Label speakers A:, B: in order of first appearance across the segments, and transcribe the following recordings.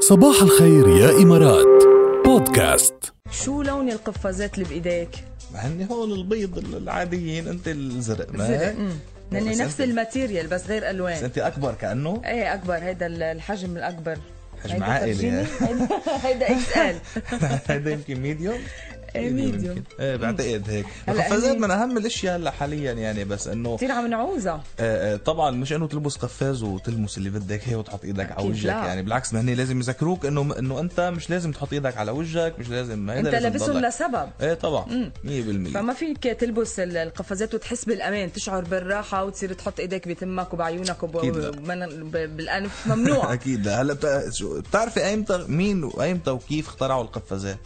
A: صباح الخير يا إمارات بودكاست
B: شو لون القفازات اللي بايديك؟
C: مع اني هول البيض العاديين انت الزرق ما
B: زرق
C: هيك؟
B: أمم.
C: بس
B: لاني
C: أنت-
B: نفس الماتيريال بس غير
C: بس
B: الوان
C: انت اكبر كانه
B: ايه اكبر هيدا ال- الحجم الاكبر
C: حجم
B: هيدا
C: عائلي.
B: ترجمة؟ هيدا- هيدا اكس ال
C: هيدا يمكن ميديوم
B: إيه، medium.
C: ايه بعتقد هيك
B: هلا يعني-
C: القفازات
B: هني-
C: من اهم الاشياء هلا حاليا يعني بس انه
B: كثير عم نعوزها
C: آه، آه، طبعا مش انه تلبس قفاز وتلمس اللي بدك اياه وتحط ايدك على
B: أكيد
C: وجهك
B: لا.
C: يعني بالعكس ما هني لازم يذكروك انه انه انت مش لازم تحط ايدك على وجهك مش لازم هيدا
B: انت
C: لازم
B: لابسهم
C: تضلك-
B: لسبب
C: ايه طبعا 100%
B: فما فيك تلبس ال- القفازات وتحس بالامان تشعر بالراحه وتصير تحط ايدك بتمك وبعيونك وب...
C: أكيد لا.
B: وبمن- ب- بالانف ممنوع
C: اكيد لا. هلا بتع- شو- بتعرفي ايمتى مين وايمتى وكيف اخترعوا القفازات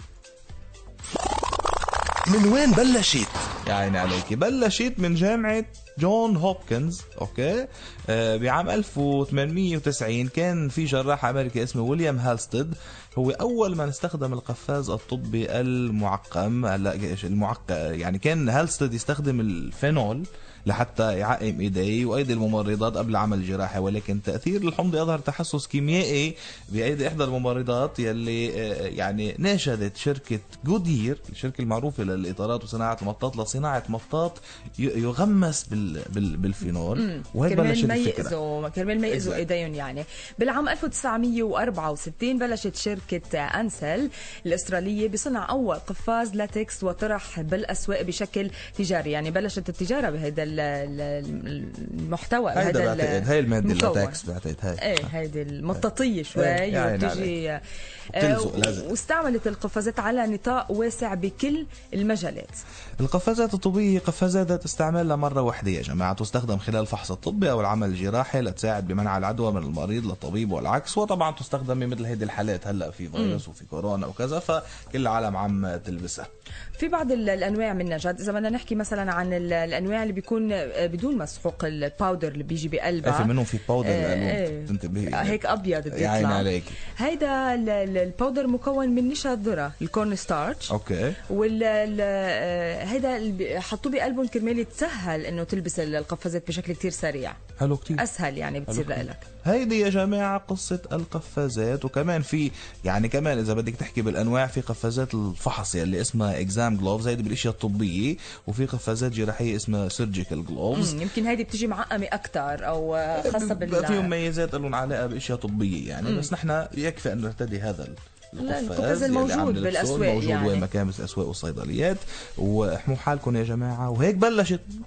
A: من وين بلشت؟
C: يا عيني عليكي يعني بلشت من جامعة جون هوبكنز اوكي آه بعام 1890 كان في جراح امريكي اسمه ويليام هالستد هو اول من استخدم القفاز الطبي المعقم هلا إيش المعق يعني كان هالستد يستخدم الفينول لحتى يعقم ايديه وايدي الممرضات قبل العمل الجراحي ولكن تاثير الحمض اظهر تحسس كيميائي بايدي احدى الممرضات يلي آه، يعني ناشدت شركه جودير الشركه المعروفه للاطارات وصناعه المطاط لصناعه مطاط ي- يغمس بال بال بالفينول وهيك بلشت
B: كرمال ما
C: الفكره
B: يأذوا كرمال ما يأذوا
C: Exact.
B: ايديهم يعني بالعام 1964 بلشت شركة انسل الاسترالية بصنع اول قفاز لاتكس وطرح بالاسواق بشكل تجاري يعني بلشت التجارة بهذا ال- ال- المحتوى
C: هيدا
B: بهيدا ال-
C: بعتقد هاي الماده
B: المكون.
C: اللاتكس بعتقد هاي
B: ايه هيدي المطاطيه
C: إيه،
B: شوي
C: يا عيني
B: وبتجي
C: بتلزق
B: آه،
C: لازق.
B: واستعملت القفازات على نطاق واسع بكل المجالات
C: القفازات الطبية هي قفازات ذات استعمال لمرة واحدة يا جماعة تستخدم خلال الفحص الطبي أو العمل الجراحي لتساعد بمنع العدوى من المريض للطبيب والعكس وطبعا تستخدم بمثل هذه الحالات هلا في فيروس وفي كورونا وكذا فكل العالم عم تلبسها
B: في بعض ال- الانواع منها جد اذا بدنا نحكي مثلا عن ال- الانواع اللي بيكون آه، بدون مسحوق الباودر اللي بيجي بقلبها
C: في منهم في باودر
B: إيه،
C: لألوان
B: إيه.
C: تنتبهي
B: هيك ابيض
C: يا عيني
B: بيطلع
C: عليك
B: هيدا ال- ال- الباودر مكون من نشا الذره الكورن ستارتش
C: اوكي
B: وال ال- آه، هيدا اللي بي- حطوه بقلبهم كرمال يتسهل انه تلبس ال- القفازات بشكل كتير سريع
C: حلو كتير
B: اسهل يعني بتصير لك
C: هيدي يا جماعة قصة القفازات وكمان في يعني كمان إذا بدك تحكي بالأنواع في قفازات الفحص يلي اسمها إكزام جلوفز هيدي بالأشياء الطبية وفي قفازات جراحية اسمها سيرجيكال جلوفز
B: يمكن هيدي بتجي معقمه اكثر او آه، خاصه
C: بيبقى فيهم
B: بال
C: ميزات لهم علاقة بأشياء طبية يعني مم. بس نحن يكفي أن نرتدي هذا ال-
B: لا، القفاز
C: القفاز يلي عم
B: الموجود
C: نلبسه،
B: بالأسواق
C: موجود
B: يعني.
C: وين مكان بالأسواق والصيدليات واحموا حالكم يا جماعة وهيك بلشت